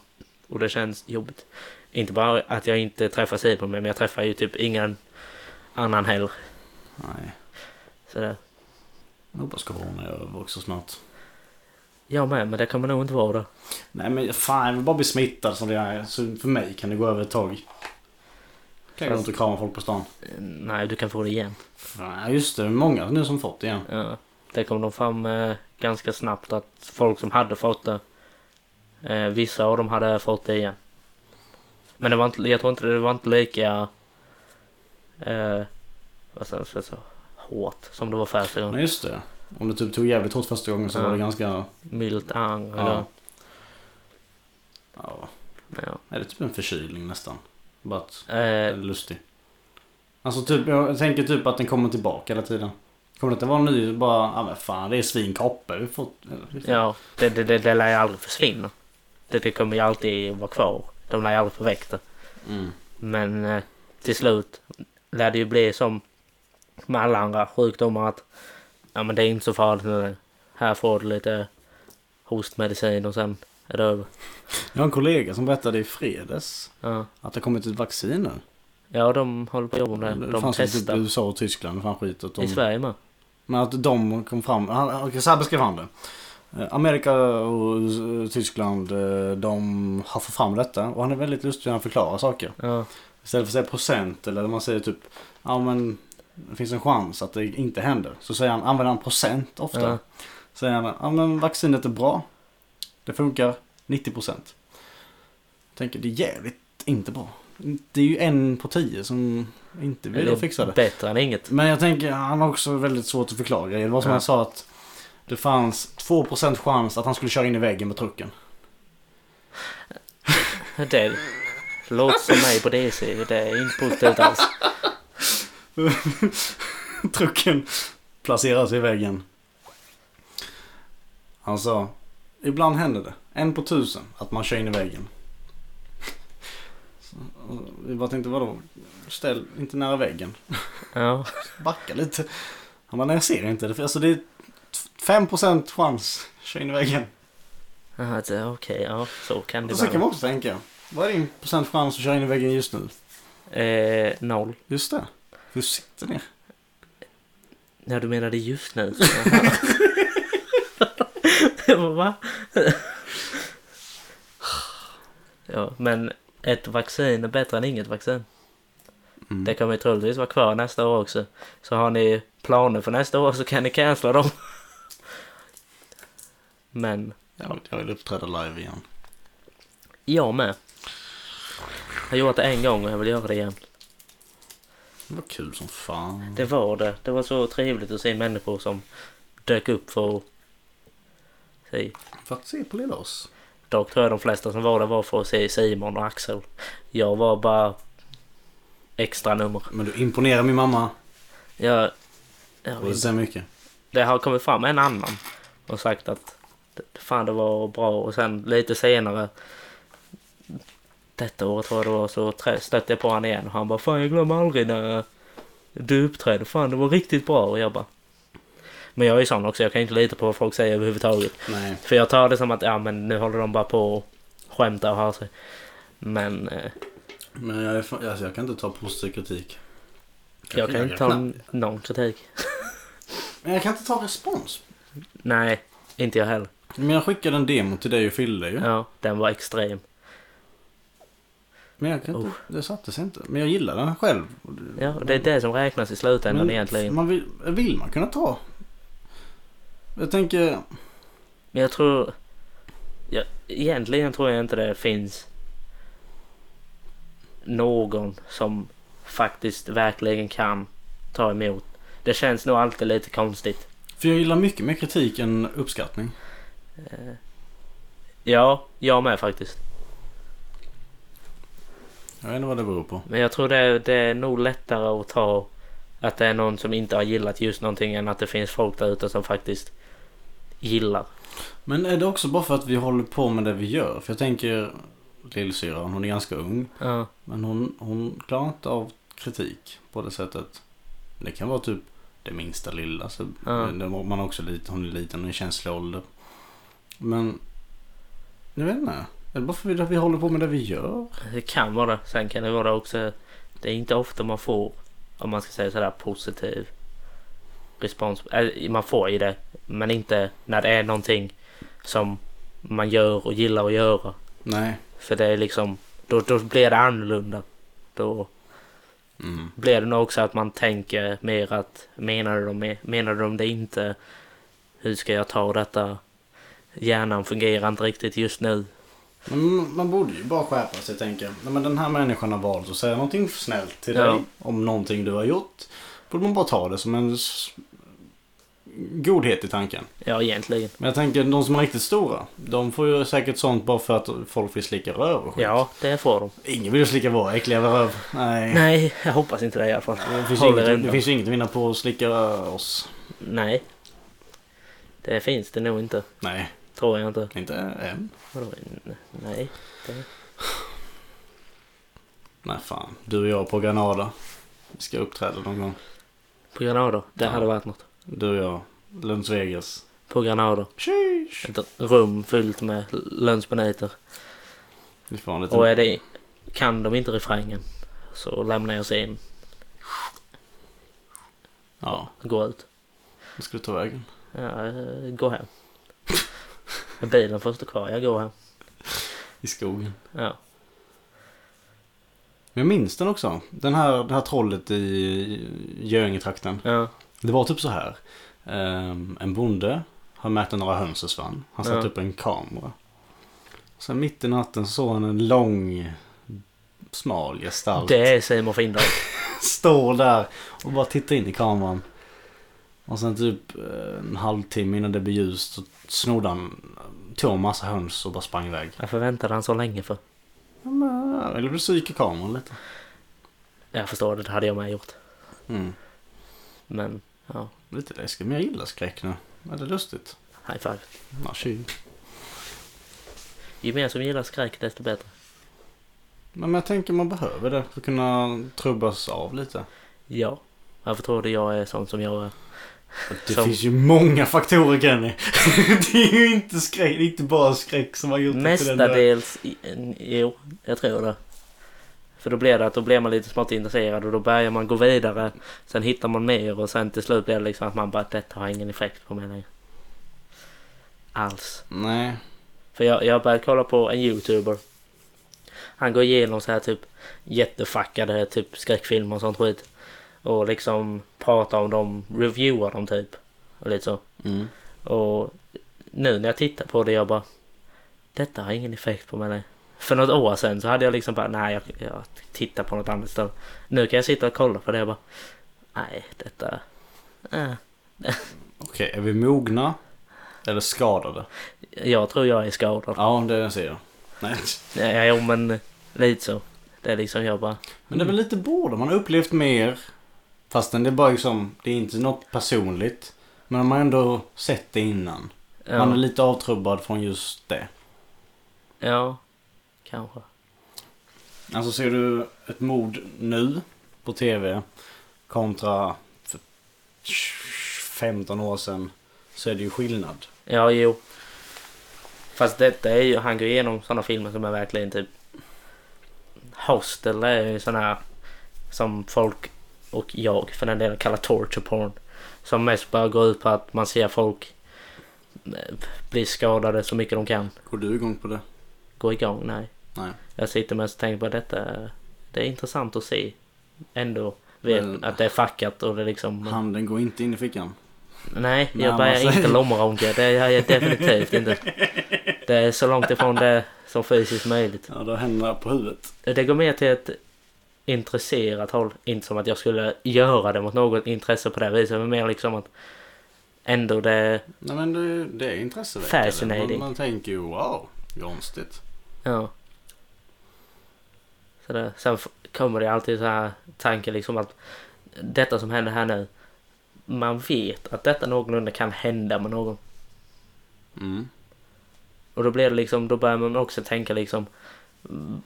Och det känns jobbigt. Inte bara att jag inte träffar Simon men jag träffar ju typ ingen annan heller.
Nej.
Sådär.
Jag hoppas corona är över också snart.
Jag med, men det kommer nog inte vara det.
Nej men fan jag vill bara bli smittad som det är. Så för mig kan det gå över ett tag. Kan jag gå runt och krama folk på stan.
Eh, Nej, du kan få det igen.
Fan, ja, just det, det är många nu som fått det igen.
Ja. Det kom de fram eh, ganska snabbt att folk som hade fått det, eh, vissa av dem hade fått det igen. Men det var inte, jag tror inte det var inte lika eh, vad ska jag säga, hårt som det var första gången.
Nej just det. Om det typ tog jävligt hårt första gången så
Ja.
var det ganska...
Milt ang.
Ja.
Ja.
Ja.
Ja.
Är det typ en förkylning nästan? Bara att
Eh,
Eller lustig. Alltså typ, jag tänker typ att den kommer tillbaka hela tiden. Kommer det inte vara ny bara, ja men fan det är svinkopper. Vi får... vi får-
ja, det, det, det, det lär ju aldrig försvinna. Det, det kommer ju alltid vara kvar. De lär ju aldrig få väck det.
Mm.
Men eh, till slut lär det ju bli som med alla andra sjukdomar att ja, men det är inte så farligt nu. längre. Här får du lite hostmedicin och sen är det över.
Jag har en kollega som berättade i fredags
Ja,
att det kommit ett vaccin nu.
ja de håller på att jobba med det.
Det
De
fanns i typ
testar.
USA och Tyskland. Fan skit att
I
de...
Sverige med.
Men att de kom fram. Han, han- så här beskrev han det. Eh, Amerika och eh, Tyskland, eh, de har fått fram detta. Och han är väldigt lustig när han förklarar saker.
Ja,
Istället för att säga procent eller man säger typ ja men det finns en chans att det inte händer. Så säger han, använder han procent ofta.
Ja.
Säger han ja men vaccinet är bra. Det funkar 90 procent. Tänker det är jävligt inte bra. Det är ju en på tio som inte
det
vill
är
fixa det.
bättre än inget.
Men jag tänker han har också väldigt svårt att förklara grejer. Det var som
Ja.
han sa att det fanns 2% chans att han skulle köra in i väggen med trucken.
Det låter som mig på DC. Det är inte positivt alls.
trucken placeras i väggen. Han sa, ibland händer det, en på tusen, att man kör in i väggen. Så, och Vi bara tänkte, vadå? Ställ inte nära väggen.
Ja,
Backa lite. Han bara, nej jag ser inte det. För Alltså det är t- 5% chans, kör in i väggen.
Ja, det- okej. ja, så kan det
Och så kan
vara.
man också tänka, vad är din procent chans att köra in i väggen just nu?
Eh, noll.
Just det, du sitter ner.
Ja, du menade just nu. Jag bara, Va? ja, men ett vaccin är bättre än inget vaccin.
Mm.
Det kommer ju troligtvis vara kvar nästa år också. Så har ni planer för nästa år så kan ni cancella dem. Men
Jag vill- Jag vill uppträda live igen.
jag med. Jag har gjort det en gång och jag vill göra det igen.
Det var kul som fan.
Det var det. Det var så trevligt att se människor som dök upp för att se.
För att se på lilla oss.
Dock tror jag de flesta som var där var för att se Simon och Axel. Jag var bara extra nummer.
Men du imponerar min mamma.
Jag, jag
Och det
vet,
säger mycket.
det har kommit fram en annan och sagt att det- fan det var bra och sen lite senare detta år tror jag det var så trä- stötte jag på honom igen och han bara fan jag glömmer aldrig när du uppträdde fan det var riktigt bra och jag bara men jag är ju sån också jag kan inte lita på vad folk säger överhuvudtaget
Nej.
För jag tar det som att ja, men nu håller de bara på och skämtar och har sig. Men eh,
Men jag, är, fan- alltså, jag kan inte ta positiv kritik.
jag kan inte ta n- någon kritik.
Men jag kan inte ta respons.
Nej, inte jag heller.
Men jag skickade en demo till dig och Fille ju.
Ja, den var extrem.
Men jag kan inte, det satte sig inte. Men jag gillar den själv.
Ja, det är det som räknas i slutändan
Men
egentligen.
Man vill, vill man kunna ta? Jag tänker...
Men jag tror... Ja, egentligen tror jag inte det finns någon som faktiskt verkligen kan ta emot. Det känns nog alltid lite konstigt.
För jag gillar mycket mer kritik än uppskattning.
Ja, jag med faktiskt.
Jag vet inte vad det beror på.
Men jag tror det är, det är nog lättare att ta att det är någon som inte har gillat just någonting än att det finns folk där ute som faktiskt gillar.
Men är det också bara för att vi håller på med det vi gör? För jag tänker... Lillsyrran, hon är ganska ung.
Ja,
Men hon, hon klarar inte av kritik på det sättet. Det kan vara typ det minsta lilla. Så
Ja.
det- Man är också liten, hon är liten och i känslig ålder. Men jag vet inte. Är det bara för att vi håller på med det vi gör?
det kan vara det. Sen kan det vara också. Det är inte ofta man får, om man ska säga sådär positiv respons. Äh, man får ju det, men inte när det är någonting som man gör och gillar att göra.
Nej.
För det är liksom, då, då blir det annorlunda. Då
Mm.
blir det nog också att man tänker mer att menar de, me- menar de det inte? Hur ska jag ta detta? Hjärnan fungerar inte riktigt just nu.
Men man borde ju bara skärpa sig tänker Nej, men den här människan har valt att säga någonting snällt till
Ja.
dig. Om någonting du har gjort. Borde man bara ta det som en s- godhet i tanken.
Ja, egentligen.
Men jag tänker de som är riktigt stora. De får ju säkert sånt bara för att folk vill slicka röv och skit.
Ja, det får de.
Ingen vill ju slicka våra äckliga röv. Nej.
Nej, jag hoppas inte det i alla fall.
Det finns, ju
Håller
inget, det
undan.
finns ju inget att vinna på att slicka oss.
Nej. Det finns det nog inte.
Nej,
Tror jag inte.
inte än.
Vadå? Nej. Det...
Nej fan, du och jag på Granada. Vi ska uppträda någon gång.
På Granada. Det
Ja.
hade varit något.
Du och jag, Lunds Vegas.
På Granada.
Sheesh.
Ett rum fullt med lönsboniter.
Vi får en liten...
Och är det, kan de inte refrängen så lämnar jag scenen.
Ja,
Gå ut.
vad ska du ta vägen?
Ja, eh, gå hem. Bilen får stå kvar. Jag går hem.
I skogen.
Ja.
Men jag minns den också. Den här, det här trollet i Göingetrakten.
ja.
Det var typ så här. Ehm, en bonde har mätt några höns och svann. Han satte
Ja.
upp en kamera. Sen mitt i natten så såg han en lång, smal gestalt.
Det är Simon Findahl.
Står där och bara tittar in i kameran. Och sen typ eh, en halvtimme innan det blev ljust så snodde han, eh, tog en massa höns och bara sprang iväg.
Varför väntade han så länge för?
Ja, men, eh, Eller blev psyk i kameran lite.
Jag förstår det. Det hade jag med gjort.
Mm.
Men ja.
Lite läskigt men jag gillar skräck nu. Är det lustigt?
High five.
Ja, tjur.
Ju mer som gillar skräck desto bättre.
Men jag tänker man behöver det för att kunna trubbas av lite.
Ja. Varför tror du jag är sån som jag är?
Det
Som-
finns ju många faktorer Kenny. det är ju inte skräck, det är inte bara skräck som har gjort det till den där.
Mestadels, i- en- jo, jag tror det. För då blir det att då blir man lite smått intresserad och då börjar man gå vidare. Sen hittar man mer och sen till slut blir det liksom att man bara detta har ingen effekt på mig längre. Alls.
Nej.
För jag, jag började kolla på en youtuber. Han går igenom så här typ jättefuckade typ skräckfilmer och sånt skit. Och liksom pratar om dem, reviewar dem typ. Och lite så.
Mm.
Och nu när jag tittar på det jag bara Detta har ingen effekt på mig. nej. För något år sedan så hade jag liksom bara nej jag, jag tittar på något annat ställe. Nu kan jag sitta och kolla på det och bara Nej detta äh.
Okej, är vi mogna? Eller skadade?
Jag tror jag är skadad.
Ja, det ser jag. Nej.
Ja, jo men lite så. Det är liksom jag bara
Men det är väl lite både, man har upplevt mer. Fastän det är bara liksom, det är inte något personligt. Men man har ändå sett det innan. Man är
Ja,
lite avtrubbad från just det.
ja kanske.
Alltså ser du ett mord nu på tv kontra för 15 år sedan så är det ju skillnad.
Ja jo. Fast detta är ju, han går igenom sådana filmer som är verkligen typ Hostel är ju sådana här som folk och jag för den delen kallar torture porn. Som mest bara går ut på att man ser folk eh, bli skadade så mycket de kan.
Går du igång på det?
Gå igång, nej.
Nej.
Jag sitter mest och tänker på detta. Det är intressant att se. Ändå vet
Men-
att det är fuckat och det är liksom...
Handen går inte in i fickan.
Nej,
Nej,
jag börjar
man säger-
inte lommeronka. Det gör jag definitivt inte. Det är så långt ifrån det som fysiskt möjligt.
Ja, då händer på huvudet.
Det går mer till ett intresserat håll. Inte som att jag skulle göra det mot något intresse på det viset. Men mer liksom att ändå det...
Nej men det, det är intresseväckande.
Fascinating.
Man, man tänker ju wow, konstigt.
Ja. Så det, sen f- kommer det alltid så här tanken liksom att detta som händer här nu. Man vet att detta någorlunda kan hända med någon.
Mm.
Och då blir det liksom, då börjar man också tänka liksom mm,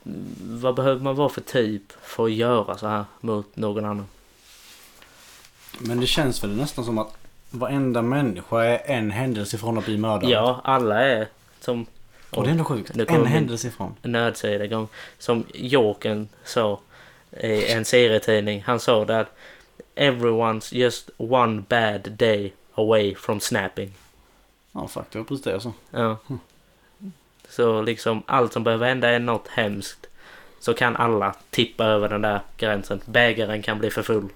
vad behöver man vara för typ för att göra så här mot någon annan?
Men det känns väl nästan som att varenda människa är en händelse ifrån att bli mördad.
Ja, alla är som
Och det är ändå sjukt.
Nu kommer
en
min-
händelse ifrån.
nödsägda gång. Som Jokern sa i en serietidning. Han sa där Everyone's just one bad day away from snapping.
Ja fuck, det var alltså. precis det jag sa.
Ja. Så liksom allt som behöver hända är något hemskt. Så kan alla tippa över den där gränsen. Bägaren kan bli för full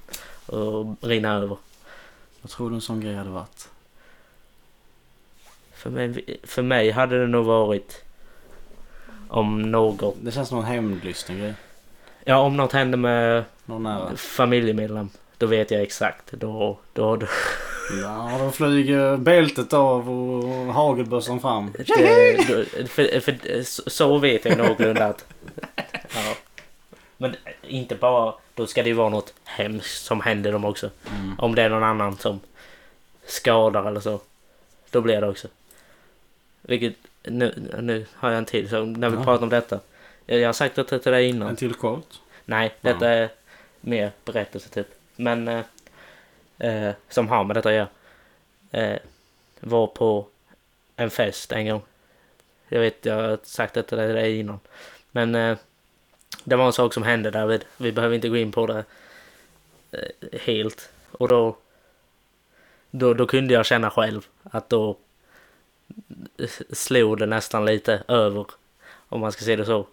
och rinna över.
Vad tror du en sån grej hade varit?
För mig, för mig hade det nog varit om något.
Det känns som en hämndlysten grej.
Ja, om något hände med
Någon nära.
familjemedlem. Då vet jag exakt. Då, då, då,
Ja, då flyger bältet av och hagelbössan fram.
det, då för, för, så- så vet jag någorlunda att... Ja. Men inte bara... Då ska det ju vara något hemskt som händer dem också.
Mm.
Om det är någon annan som skadar eller så. Då blir det också. Vilket... Nu, nu har jag en till. Så när vi
Ja.
pratar om detta. Jag jag har sagt detta till dig innan.
En till quote.
Nej, detta är mer berättelse typ. Men eh, eh, som har med detta att göra. Eh, var på en fest en gång. Jag vet, jag har sagt detta till dig innan. Men eh, det var en sak som hände därvid. Vi behöver inte gå in på det eh, helt. Och då, då, då kunde jag känna själv att då slog det nästan lite över. Om man ska se det så.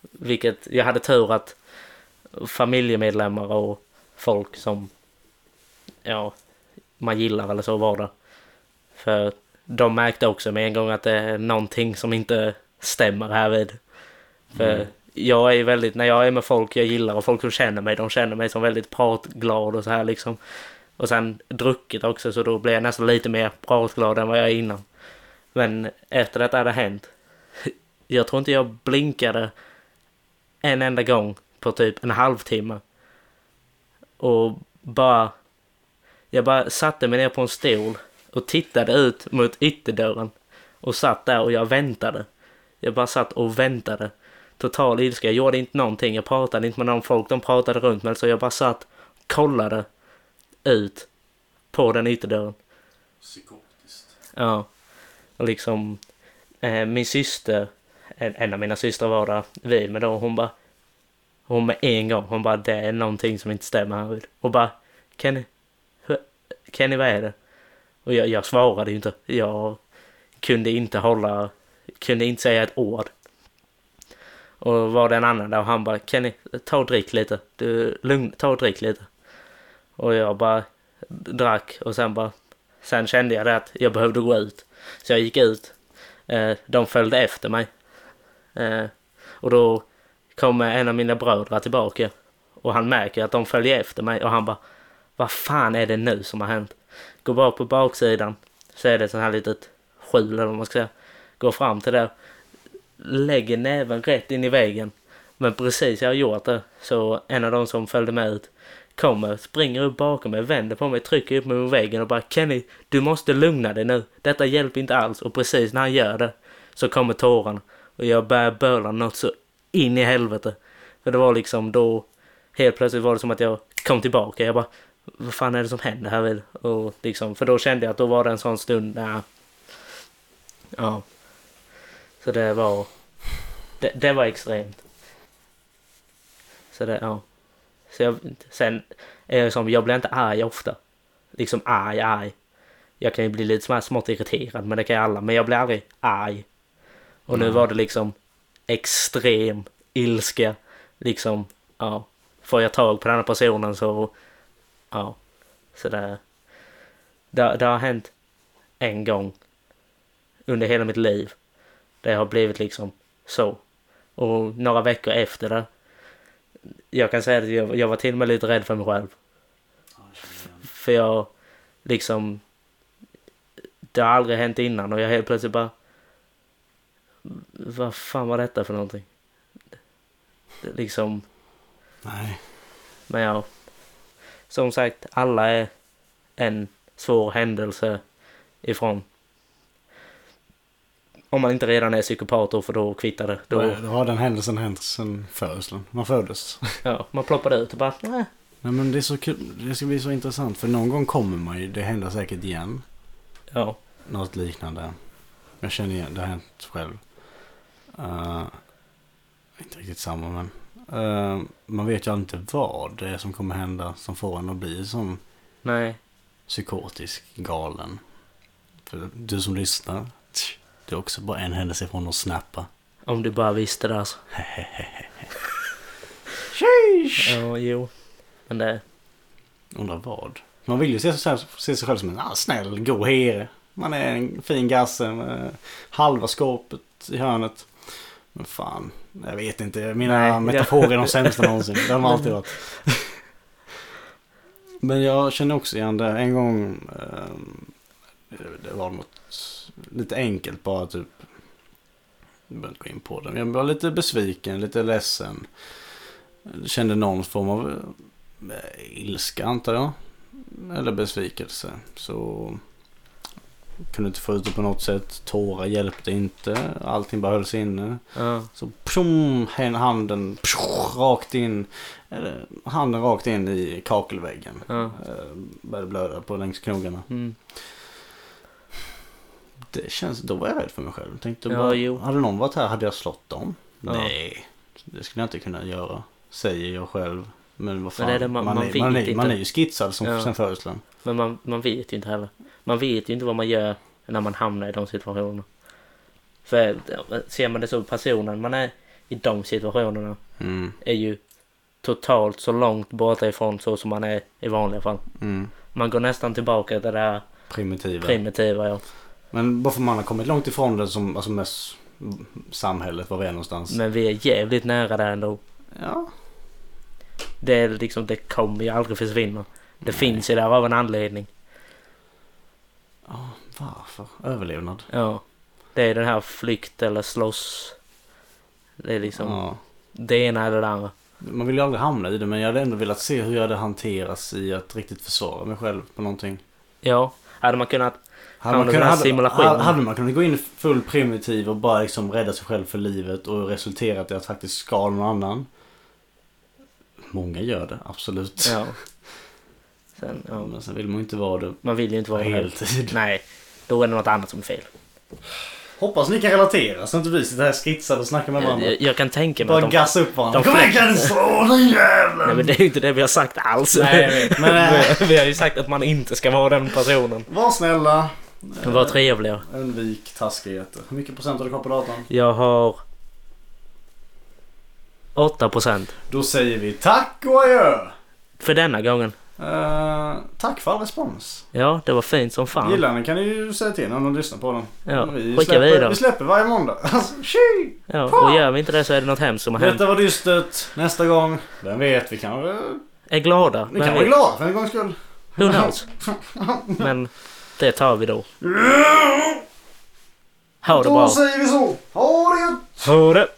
Vilket, jag hade tur att familjemedlemmar och folk som ja, man gillar eller så var där. För de märkte också med en gång att det är någonting som inte stämmer härvid. För jag är väldigt, när jag är med folk jag gillar och folk som känner mig, de känner mig som väldigt pratglad och så här liksom. Och sen druckit också så då blir jag nästan lite mer pratglad än vad jag är innan. Men efter detta hade hänt, jag tror inte jag blinkade en enda gång på typ en halvtimme. Och bara... Jag bara satte mig ner på en stol och tittade ut mot ytterdörren. Och satt där och jag väntade. Jag bara satt och väntade. Total ilska. Jag gjorde inte någonting. Jag pratade inte med någon folk. De pratade runt mig. Så jag bara satt kollade ut på den ytterdörren.
Psykotiskt.
Ja. Och liksom, eh, min syster, en, en av mina systrar var där vid mig då, hon bara, hon med en gång, hon bara det är någonting som inte stämmer här. vid." Och bara, Kenny, hur- Kenny vad är det? Och jag, jag svarade ju inte, jag kunde inte hålla, kunde inte säga ett ord. Och var det en annan där och han bara, Kenny, ta och drick lite, du, lugn, ta och drick lite. Och jag bara drack och sen bara, sen kände jag det att jag behövde gå ut. Så jag gick ut. Eh, de följde efter mig. Eh, och då kommer en av mina bröder tillbaka. Och han märker att de följer efter mig och han bara Vad fan är det nu som har hänt? Går bara på baksidan. Så är det ett sånt här litet skjul eller vad man ska säga. Går fram till det. Lägger näven rätt in i väggen. Men precis jag har gjort det så en av de som följde med ut kommer, springer upp bakom mig, vänder på mig, trycker upp mig mot väggen och bara Kenny, du måste lugna dig nu. Detta hjälper inte alls. Och precis när han gör det så kommer tårarna. Och jag börjar böla något så in i helvete. För det var liksom då, helt plötsligt var det som att jag kom tillbaka. Jag bara, vad fan är det som händer här vid? Och liksom, för då kände jag att då var det en sån stund när... Ja. Så det var... Det, det var extremt. Så det, ja. Så jag, sen är jag som, jag blir inte arg ofta. Liksom arg, arg. Jag kan ju bli lite så här smått irriterad, men det kan ju alla. Men jag blir aldrig arg. Och nu var det liksom extrem ilska. Liksom, ja. Får jag tag på den här personen så, ja. Så det, det, det har hänt en gång under hela mitt liv. Det har blivit liksom så. Och några veckor efter det jag kan säga att jag, jag var till och med lite rädd för mig själv. För jag liksom... Det har aldrig hänt innan och jag helt plötsligt bara... Vad fan var detta för någonting? Det- Liksom...
Nej.
Men ja. Som sagt, alla är en svår händelse ifrån. Om man inte redan är psykopat då, för då kvittar det.
Då
Då,
har den händelsen hänt sedan födseln. Man föddes.
ja, man ploppar det ut och bara... "Nä."
Nej men det är så kul. Det ska bli så intressant. För någon gång kommer man ju. Det händer säkert igen.
Ja.
Något liknande. Jag känner igen, det har hänt själv. Eh, inte riktigt samma men. eh, man vet ju inte vad det är som kommer hända som får en att bli som
Nej.
psykotisk galen. För du som lyssnar. tch, Det är också bara en händelse från att snappa.
Om du bara visste det alltså. Ja, jo. Men det...
Undrar vad. Man vill ju se sig själv, se sig själv som en ah, snäll, god herre. Man är en fin gasse med halva skåpet i hörnet. Men fan, jag vet inte. Mina
Nej,
metaforer är de sämsta någonsin. Det har de alltid varit. Men jag känner också igen det. En gång ehm, det- det var något lite enkelt bara typ. Jag behöver inte gå in på det. men Jag var lite besviken, lite ledsen. Kände någon form av eh, ilska antar jag. Eller besvikelse. Så Kunde inte få ut det på något sätt. Tårar hjälpte inte. Allting bara hölls inne.
Ja.
Så pjom, hen- handen pjom, rakt in. eller, Handen rakt in i kakelväggen.
Ja.
Eh, Började blöda på längs knogarna.
Mm.
Det känns, då var jag rädd för mig själv. Tänkte
Ja,
bara,
jo.
hade någon varit här hade jag slått dem.
Ja.
Nej, det skulle jag inte kunna göra. Säger jag själv. Men vad fan,
Men det är det man- man
är,
vet
man, är,
inte.
man är ju skitsad som,
Ja.
sen födseln.
Men man, man vet ju inte heller. Man vet ju inte vad man gör när man hamnar i de situationerna. För eh, ser man det så, personen man är i de situationerna
Mm,
är ju totalt så långt borta ifrån så som man är i vanliga fall.
mm.
Man går nästan tillbaka till det här
Primitiva.
primitiva. Ja.
Men bara för man har kommit långt ifrån det som alltså mest mm, samhället, var vi är någonstans.
Men vi är jävligt nära där ändå.
Ja,
Det, är liksom, det kommer ju aldrig försvinna. Det finns ju där av en anledning.
varför? Överlevnad.
Ja. Det är den här flykt eller slåss. Det är liksom
Ja.
det ena eller det andra.
Man vill ju aldrig hamna i det men jag hade ändå velat se hur jag hade hanterats i att riktigt försvara mig själv på någonting.
Ja, hade man kunnat
Hade
Ja,
man,
men
kunnat,
den här
hade,
simulationen.
hade hade man kunnat gå in full primitiv och bara liksom rädda sig själv för livet och resulterat i att faktiskt skada någon annan. Många gör det, absolut.
Ja. Sen, ja.
Men sen vill man ju inte vara det
Man vill ju inte
på
vara helt.
heltid.
Nej, då är det något annat som är fel.
Hoppas ni kan relatera så inte vi sitter här skitsade och snackar med varandra.
Jag, jag kan tänka mig
Bara
att de...
gassa upp varandra.
de-
Kom igen kan du slå den jäveln!
Nej men det är ju inte det vi har sagt alls.
Nej, jag vet. Men, äh,
vi har ju sagt att man inte ska vara den personen.
Var snälla.
Men var trevliga.
Undvik taskigheter. Hur mycket procent har du kvar på datorn?
Jag har... 8%
Då säger vi tack och adjö!
för denna gången.
Eh, tack för all respons.
Ja, det var fint som fan.
Gillar ni kan ni ju säga till när ni lyssnar på den.
Ja,
vi,
skicka
släpper,
vidare.
vi släpper varje måndag. Alltså, tji!
Ja, och gör vi inte det så är det något hemskt som har hänt.
Detta var dystert. Nästa gång, vem vet, vi kanske
Är glada.
vi
men
kan vara glada för en gångs skull.
Who knows? Men det tar vi då. Ha det
Då
bra.
säger vi så. Ha det gött!
Ha det!